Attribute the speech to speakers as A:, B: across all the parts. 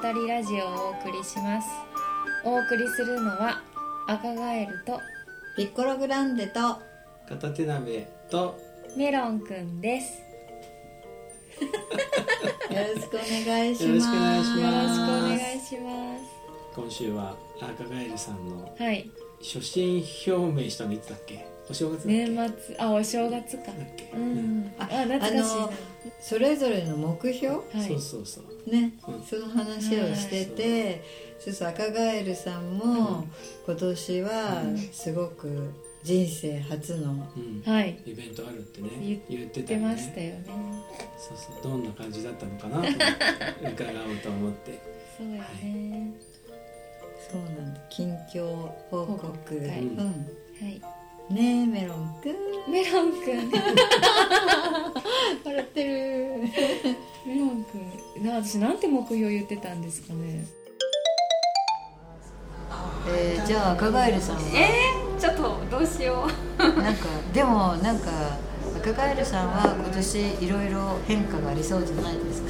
A: たりラジオをお送りしますお送りするのは赤ガエルと
B: ピッコログランデと
C: 片手鍋と
A: メロンくんです
B: よろしくお願いします。
C: よろしくお願いし
A: よろ
C: ま
A: しくお願い
C: す
A: しま
C: 今週は赤ガエルさんの
A: すはい
C: 初心表明したのいつだっけお正月だっけだっ
A: 年末あお正月か
C: け、
A: うんあ
B: あ
A: 懐かしい
B: あのそれぞれの目標
A: なは
C: そ
A: いう
C: そうそう
B: ね、
C: うん
B: その話をしてて、そうそう赤ガエルさんも今年は
A: うん
B: すごく人生初の
C: うん、
A: はい
C: イベントあるってね
A: 言っ
C: 言ってた
A: 出
C: よ
A: ま
C: ね
A: したよね
C: そうそうどんな感じだったのかな と思って伺おうと思って
A: そうだよね
B: そうなんだ近況報告
A: 報告会
B: うん、
A: はい
B: ねえメロンくん
A: メロンく ん
B: 笑ってる
A: メロンくんな私なんて目標言ってたんですかね
B: えーじゃあ赤ガエルさんは
D: ちょっとどうしよう
B: なんかでもなんか赤ガエルさんは今年いろいろ変化がありそうじゃないですか、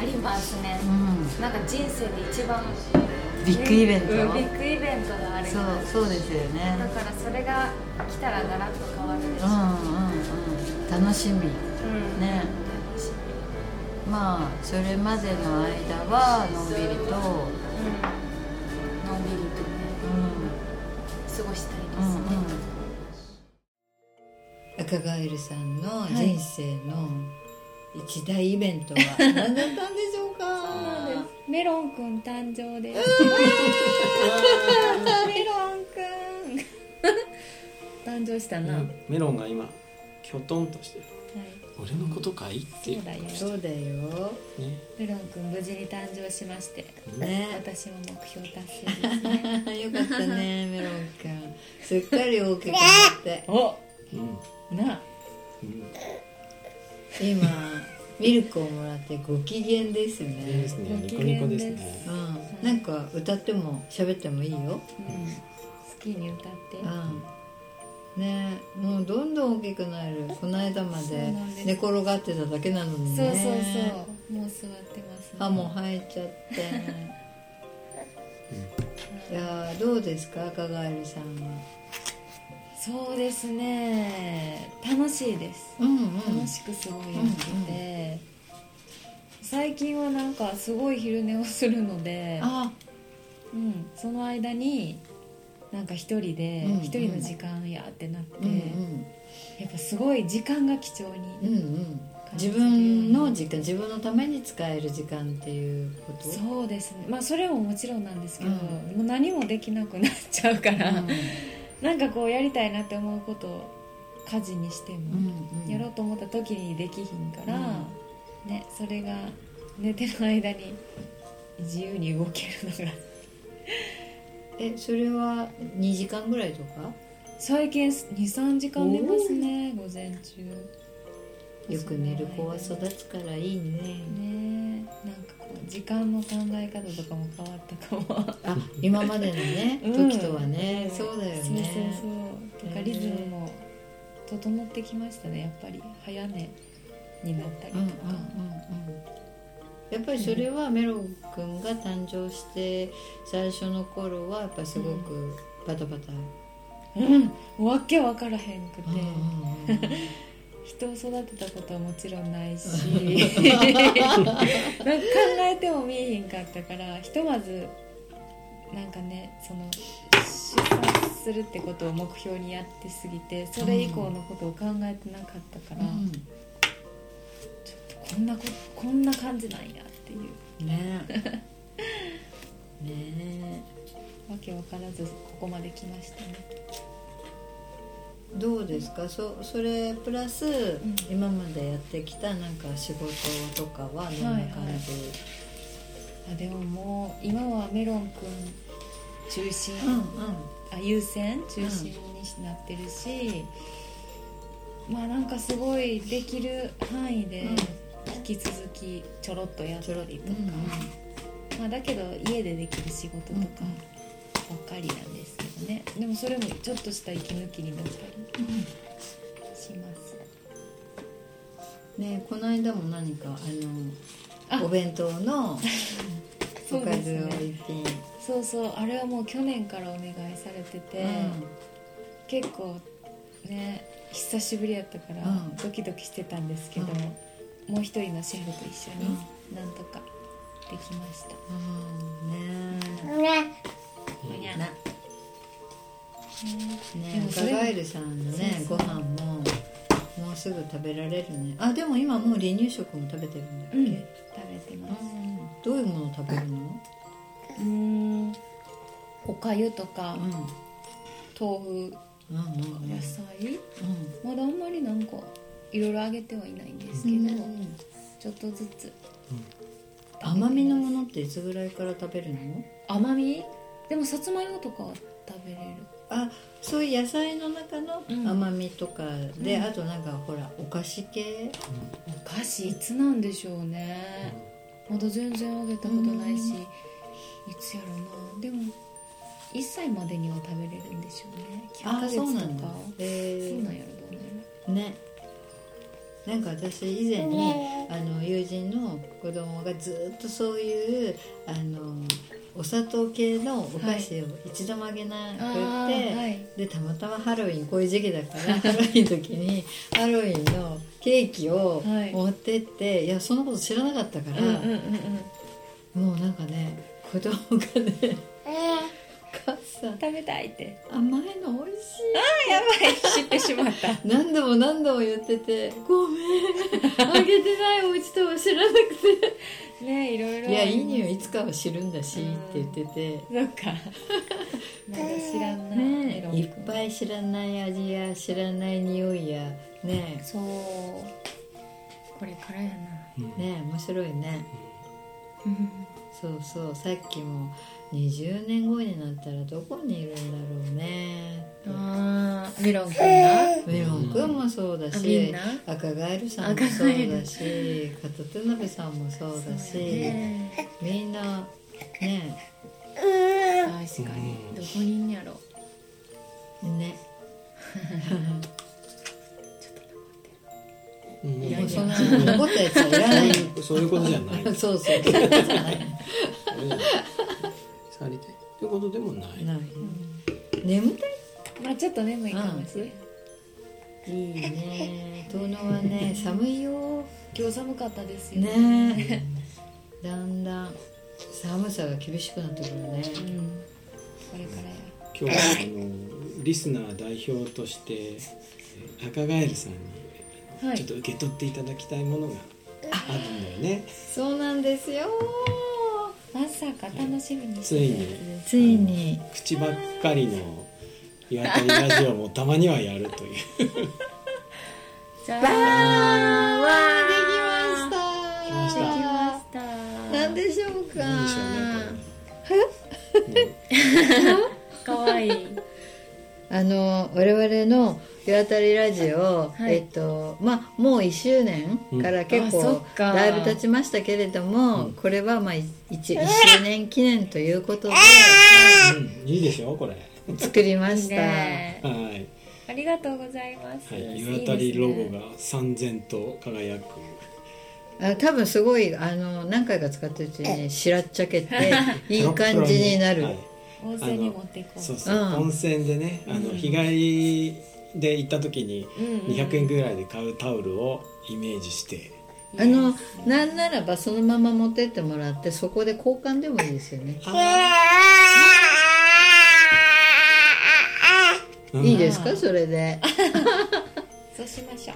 D: ありますね
B: う
D: なんか人生で一番
B: ん、ビッグイベント、
D: うんビッグイベントがある
B: そうそうですよね
D: だからそれが来たらガラッと変わるでし
B: う
D: ょ
B: んうんうん楽しみ
D: うん、
B: ね
D: 楽し
B: まあそれまでの間はのんびりと、
D: みうんのんびりとね
B: う
D: 過ごしたいで
B: ん、うん
D: すね、
B: 赤ガエルさんの人生の一大イベントは何だったんでしょうか、
A: メロンくん誕生ですメロン くん誕生した
C: う
A: な、はい
C: んメロンが今きょとんとしてる俺のことかいっ
A: そ
C: て
A: うだよ
B: そうだよ
C: ね
A: メロンくん無事に誕生しまして
B: ね
A: 私も目標達成ですね
B: よかったねメロンくんすっかり大きくな って
A: お
C: うん
A: な
C: うん
B: 今ミルクをもらってご機嫌です
C: いいで
B: ね
C: すね
A: ご
C: ニ
A: 機
C: コニ
A: 嫌
C: コ
A: で
C: ですすね
B: うん、なんか歌っても喋ってもいいよ
A: うん、好きに 歌って
B: うんねえもうどんどん大きくなるこの間ま
A: そう
B: で
A: なんです
B: 寝転がってただけなのに
A: そう
B: ね
A: そうそうもう座ってます、ね、
B: 歯も生えちゃっていやーどうですか赤ガエルさんは
A: そうですね楽しいです
B: うんうん
A: 楽しくすごいやってて、最近はなんかすごい昼寝をするので
B: あ
A: うん、その間になんか一人で
B: うんうん
A: 一人の時間やってなって、
B: うんうん
A: やっぱすごい時間が貴重
B: う
A: に、
B: んうん自分の時間自分のために使える時間っていうこと
A: そうですねまあそれももちろんなんですけど、
B: うん
A: もう何もできなくなっちゃうから、
B: うん
A: なんかこうやりたいなって思うことを家事にして
B: う
A: も、
B: んうん
A: やろうと思った時にできひんから、
B: う
A: ね、それが寝てる間に自由に動けるのが
B: えそれは2時間ぐらいとか
A: 最近23時間寝ますね午前中。
B: よく寝る子は育つからいいね
A: ねえなんかこう時間の考え方とかも変わったかも、
B: あ今までの ね
A: うん
B: 時とはね、そうだよね
A: そうそうそうとかリズムも整ってきましたねやっぱり早寝になったりと
B: うんうんうん
A: か、
B: うんやっぱりそれはメロン君が誕生して最初の頃はやっぱすごくバタバタ、
A: うんわけわからへんくて、
B: うん
A: 人を育てたことはもちろんないしなんか考えても見えへんかったからひとまずなんかねその出産するってことを目標にやってすぎてそれ以降のことを考えてなかったから、 ちょっとこんなここんな感じなんやっていう
B: うんね ね
A: わけわからずここまで来ましたね
B: どうですかそそれプラス、
A: ん
B: 今までやってきたなんか仕事とかはどんな感じ、
A: あでももう今はメロンくん中心、あ優先中心になってるし、まあなんかすごいできる範囲で
B: うん
A: 引き続きちょろっとやったり
B: う
A: と
B: ん
A: か、まあ、だけど家でできる仕事とかばっかりなんですけどねでもそれもちょっとした息抜きになったり
B: うんうん
A: します
B: ねこの間も何かあの
A: あ
B: お弁当のお
A: そう
B: か
A: です
B: ず
A: ね
B: を一品
A: そうそうあれはもう去年からお願いされてて、結構ね久しぶりやったから
B: うん
A: ドキドキしてたんですけど、もう一人のシェフと一緒になんとかできました、
B: うんね
D: うにゃ
B: えな
A: で
B: ね
A: も
B: え
A: それ
B: ガガエルさんのね
A: そ
B: ご
A: うそう
B: 飯ももうすぐ食べられるねあでも今もう離乳食も食べてるんだっけ、
A: うん、食べてます
B: うんどういうもの食べるの、
A: うーんおかゆとか、
B: うん、うん
A: 豆腐
B: うんうん
A: 野菜まだあんまりなんかいろいろあげてはいないんですけど、
B: うん
A: ちょっとずつ
B: 甘みのものっていつぐらいから食べるの
A: 甘みでもさつまいもとかは食べれる
B: あそういう野菜の中の
A: うん
B: 甘みとかで、
A: うん
B: あとなんかほらお菓子系
A: お菓子いつなんでしょうねまだ全然あげたことないし、
B: う
A: いつやろうなでも1歳までには食べれるんでしょうね9ヶ
B: あ
A: 月とか
B: そうなんだ
A: そう
B: え
A: なんやろどうなんや
B: ー、ねなんか私以前にあの友人の子供がずっとそういうあのお砂糖系のお菓子を一度もあげなくて、
A: ろあーはい
B: でたまたまハロウィンこういう時期だか らハロウィンの時にハロウィンのケーキを
A: はい
B: 持ってって、い、やそのこと知らなかったから、
A: うんうんうんうん
B: もうなんかね子供がね「お母さん
A: 食べたいって
B: 甘いの美味しい」
A: やばい知ってしま った
B: 何度も何度も言ってて「ごめんあげてないおうちとは知らなく て」
A: ねいろいろ
B: いやいい匂いいつかは知るんだし」って言ってて。
A: そっ かまだ知らんな
B: ね
A: メロン
B: え、
A: 君
B: いっぱい知らない味や知らない匂いやね
A: そうこれからやな
B: えねえ面白いねそうそうさっきも20年後になったらどこにいるんだろうね
A: あーメロンくんが
B: メロンくんもそうだ
A: あみん
B: し
A: な
B: 赤ガエルさんもそうだしカタテナベさんもそうだし
A: そうやね
B: みんなね
A: 確かにどこにいんやろ
B: ね
C: うん
A: いや
B: もう
A: い
B: そ
A: や
B: んな残ったやつはいら
C: そう
B: ない
C: いうそういうことじ ゃない。そう
B: そ
C: いうこ
B: うそうそうじゃない
C: とじゃない去りたいということでもない。
B: ない眠たい
A: まあちょっと眠いかもしれん、
B: いいね遠野はね寒いよ
A: 今日寒かったですよ
B: ねえだんだん寒さが厳しくなってくるね
A: うんこれからや
C: 今日はあのリスナー代表としてえー赤ガエルさんに
A: はい
C: ちょっと受け取っていただきたいものがあるんだよね。
B: そうなんですよ
A: まさか楽しみにし
C: つ
A: て
C: い
A: たやつ
C: に
A: です
B: ついに
C: 口ばっかりの岩谷ラジオもたまにはやるという。
A: じゃあ
B: わあできました
C: できま
A: できました
B: 何でしょうか
C: 何でしょうねこれね。
A: かわいい
B: あの我々の「夜当たりラジオ」
A: はい
B: えっとまあもう1周年から
A: う
B: 結
A: んあそ
B: 構
A: っ、か
B: だいぶ経ちましたけれども、
C: うん
B: これはまあ 1, 周年記念ということで
C: うんいいでしょうこれ。
B: 作りま
A: いい
B: した
A: ね
C: はい。
A: ありがとうございます、
C: はい、
A: い
C: 湯
A: い
C: 当たりロ
A: ですね
C: ゴが三千と輝く。
B: あ多分すごいあの何回か使ってるうちにしらっちゃけ ていい感じになる、
C: はい
A: 温泉に持っていこう
C: そうそう、
B: うん
C: 温泉でね、あの
B: うん
C: 日帰りで行った時に
A: うんうん
C: 二百円ぐらいで買うタオルをイメージして。
B: あのなんならばそのまま持ってってもらってそこで交換でもいいですよね
C: うん
B: いいですかそれで
A: そうしましょ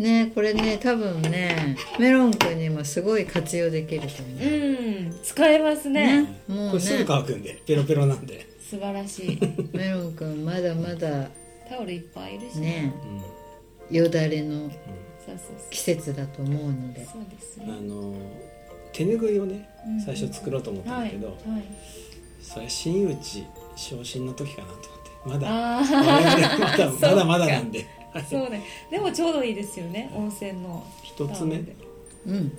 A: う
B: ねこれね多分ねメロン君にもすごい活用できると思う
A: うん使えますね
B: ねも
C: こ
B: う
C: れすぐ
B: ね
C: 乾くんで、ペロペロなんで。
A: 素晴らしい
B: メロン君まだまだ
A: タオルいっぱいいるし
B: ね
C: うん
B: よだれの
A: そうそうそ
B: 季節だと思うので
A: うそうです
C: あ
A: ね
C: の手ぬぐいをね
A: うん、
C: 最初作ろうと思ったんだけど、
A: はいはい、
C: それ真打ち昇進の時かなと思って、まだ。我
A: あ
C: 々まだ
A: そっ
C: ま
A: か
C: だまだなんで
A: あそうねでもちょうどいいですよね温泉の
C: 一つ目
A: タオルで
B: うん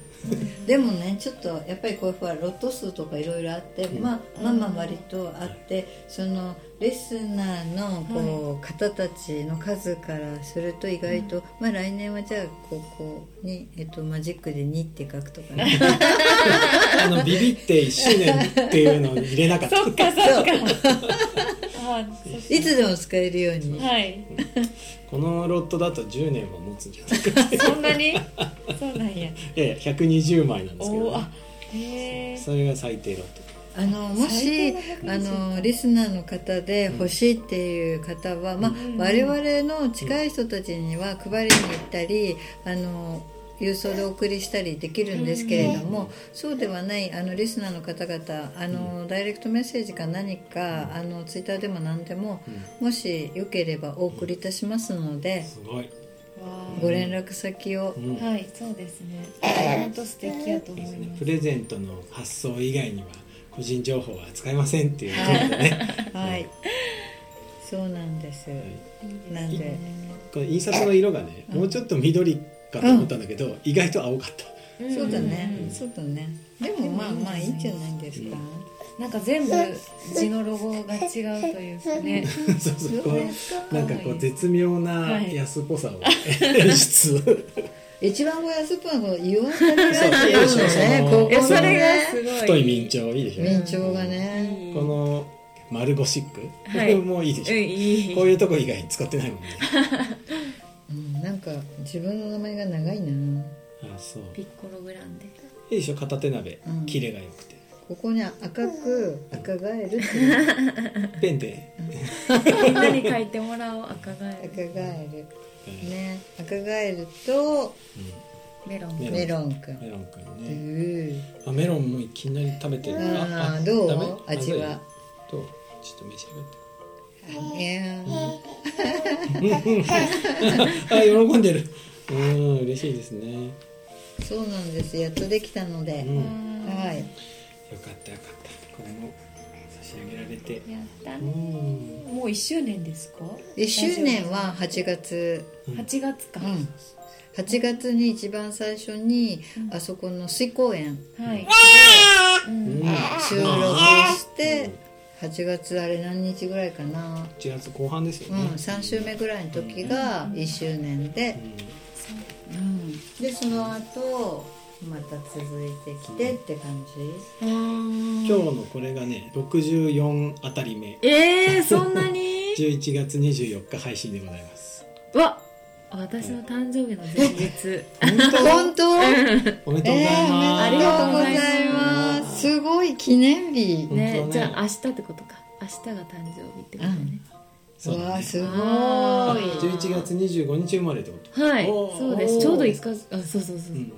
B: でもねちょっとやっぱりこういうふうはロット数とかいろいろあって、
C: うん
B: まあ、まあまあ割とあってそのレスナーのこう方たちの数からすると意外と、まあ来年はじゃあここに、えっと、マジックで2って書くとか ね
C: あのビビって1周年っていうのを入れなかった
A: そっかそっかあそし
B: いつでも使えるように、
A: はい
C: このロットだと10年は持つんじゃないか
A: そんなにそうなんや
C: いやいや120枚なんですけ
A: お
C: ど、
A: おあへえ
C: それが最低ロット
B: あのも
A: 最
B: し
A: 高の120
B: あのリスナーの方で欲しいっていう方は、まあ
A: ん
B: 我々の近い人たちには配りに行ったりあの郵送でお送りしたりできるんですけれども、そうではないあのリスナーの方々あの、ダイレクトメッセージか何かあのツイッターでも何でも、もしよければお送りいたしますので、
C: すごい
A: わ
B: ご連絡先を、
C: うん
A: あはいそうですね本当素敵やと思
C: で
A: い
C: すね
A: ま
C: プ
A: す
C: レゼントの発送以外には個人情報は扱いませんっていうことでね
B: はい、そうなんです。なんで、
C: これ印刷の色がね、もうちょっと緑かと思ったんだけど、意外と青かった
B: そうだね、
A: うん
B: そうだね。でもまあまあいいんじゃないですか。
A: なんか全部字のロゴが違うというかね
C: そうそうこうなんかこう絶妙な安っぽさを演出、
B: 一番ご安っぽいのはこの硫黄カレーって
C: そう
B: い
C: そうそうう
B: のね、
C: そう
B: ここ
C: そ
B: の
C: れ
B: ね、
A: ご
C: 太い明朝いいでしょ、
B: 明朝がね、
C: この丸ゴシック、
A: はい
C: これ もいいでしょ、
A: いい
C: こういうとこ以外使ってないもんね
B: うんなんか自分の名前が長いな。
C: あそうい
D: ピッコログラン デ
C: いでしょ片手鍋、
B: うん
C: キレが良くて
B: ここに赤く赤ガエルっていう
C: ペンで、
D: みんなに書いてもらおう赤ガエ
B: 赤
D: ル
B: ガエル
C: う
B: ね、赤ガエルと
D: メロン
C: メロン
B: メロンく
C: んメ
B: ん。
C: ロンくん
B: う
C: ね、
B: ん
C: あメロンもいきなり食べてる
B: ああど
C: ダメ
B: う味
C: ダメ
B: は？
C: どうちょっと召し上がって
B: いやー
C: あ喜んでるうん嬉しいですね、
B: そうなんです。やっとできたので、
C: うん、よ
B: はい。
C: かったよかったこれも差し上げられて
A: やったね
C: うん
A: もう1周年ですか
B: 1周年は8月、
A: 8月か、
B: うん、8月に一番最初にあそこの水公園
A: はい、
C: うん
B: 収録して8月あれ何日ぐらいかな、
C: 1月後半です
B: う
C: よ
B: ん
C: ね、、
B: 3週目ぐらいの時が1周年で、うん、でその後また続いてきてって感 じ
C: うん今日のこれがね64あたり目
D: えー、そんなに
C: 11月24日配信でございます
D: わ私の誕生日の前日
C: 本
B: 本当
C: 当おめでとうご
B: えー、
C: ざいます、
B: ありがとうございますすごい記念日
C: 本当だね
D: ねじゃあ明日ってことか明日が誕生日ってことね、
C: そう
B: わ
C: だ
B: あ
C: ね
B: すごい
D: あー
C: 11月25日生まれってこと
D: はい
C: おー
D: そうですちょうど一か月あそうそうそう、
C: うん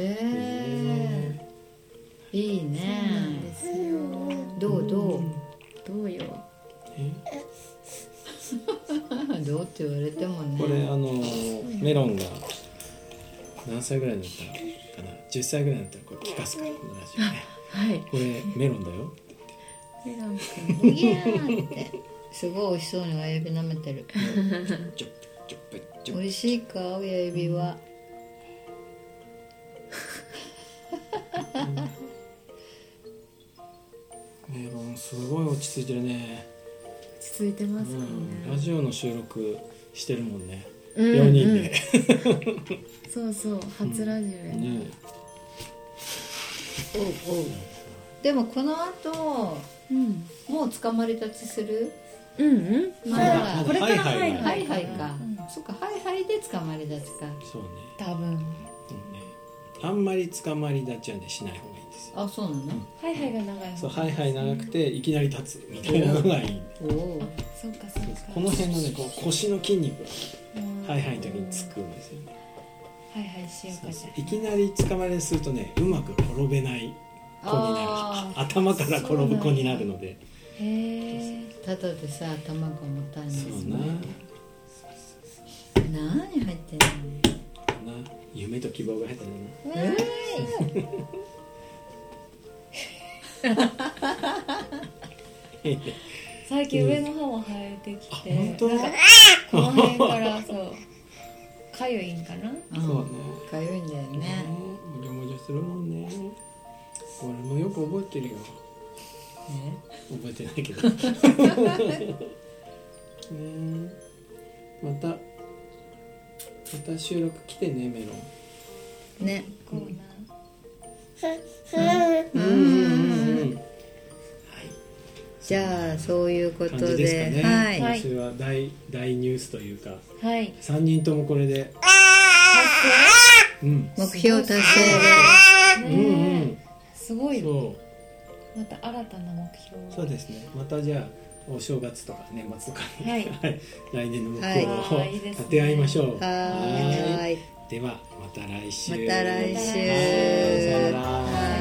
B: へえいい
D: そうなん
B: ね
D: ですよ
B: どうどう
D: どうよ
C: え
B: どうって言われてもね
C: これあのーメロンが何歳ぐらいになったのかな10歳ぐらいになったらこれ聞かすからこのラジオ ね
D: はい
C: これメロンだよ
D: メロン君
B: いやーってすごい美味しそうに親指舐めてる
C: ちょっちょっちょ
B: 美味しいか親指は
C: メロンすごい落ち着いてるね、
D: 落ち着いてま
C: う
D: すか
C: ん、
D: ら
C: ラ
D: ね、
C: ジオの収録してるもんね、
D: うん
C: 四4人で、
D: そうそう初ラジオや、ね、
C: ね
B: おうおうでもこの後
D: うん
B: もう捕まり立ちする
D: うんうん
B: ま
C: ま
B: だ
C: だハイハイ
B: ハ
C: が
B: イハイか、そっかハイハイで捕まり立ちか
C: そうね,、
A: 多分
C: うん、ねあんまり捕まり立ちはねしない方がいいんですよ
B: あそうなの、
A: ハイハイが長い
C: そう
A: 方
C: ハイハイ長くていきなり立つみたいなのがいいんで
B: おおう
A: そうかそうか
C: この辺のねこう腰の筋肉が
A: うん
C: ハイハイの時につくんですよね
A: ハイハイしようかじゃ
C: いきなり捕まりするとねうまく転べない子になる
B: あー
C: 頭から転ぶ子になるので
A: あへえ
B: ただでさ頭が重たいんです
C: そうな
B: もん何入ってんの
C: な夢と希望が入ったんだな
B: え
A: 最近上の歯も生えてきて、
C: うんあ本当
A: なんかこの辺からそうかゆいんかな
B: ー、
C: そうね
B: かゆいんだよね、
C: うんするもんね俺もよく覚えてるよ
B: ね
C: 覚えてないけどねえまたまた収録来てねメロン
B: ね
A: コーナー
C: うんうんうんうんはい
B: じゃあそういうこと
C: 感じ
B: で
C: ですかね、
B: はい、
A: はい
C: 今週は大大ニュースというか
A: はい
C: 3人ともこれでうん
B: 目標達成
C: うんう
A: ね
C: ん
A: すごい
C: そう
A: また新たな目標を
C: そうですね。またじゃあお正月とか年末とかに、
A: はい
C: 来年の目
A: はいあーいいで
C: 標を
A: すね
C: 立て合いましょう。
B: はーい
C: はーいではまた来週。
B: また来週
C: はいさよなら
B: は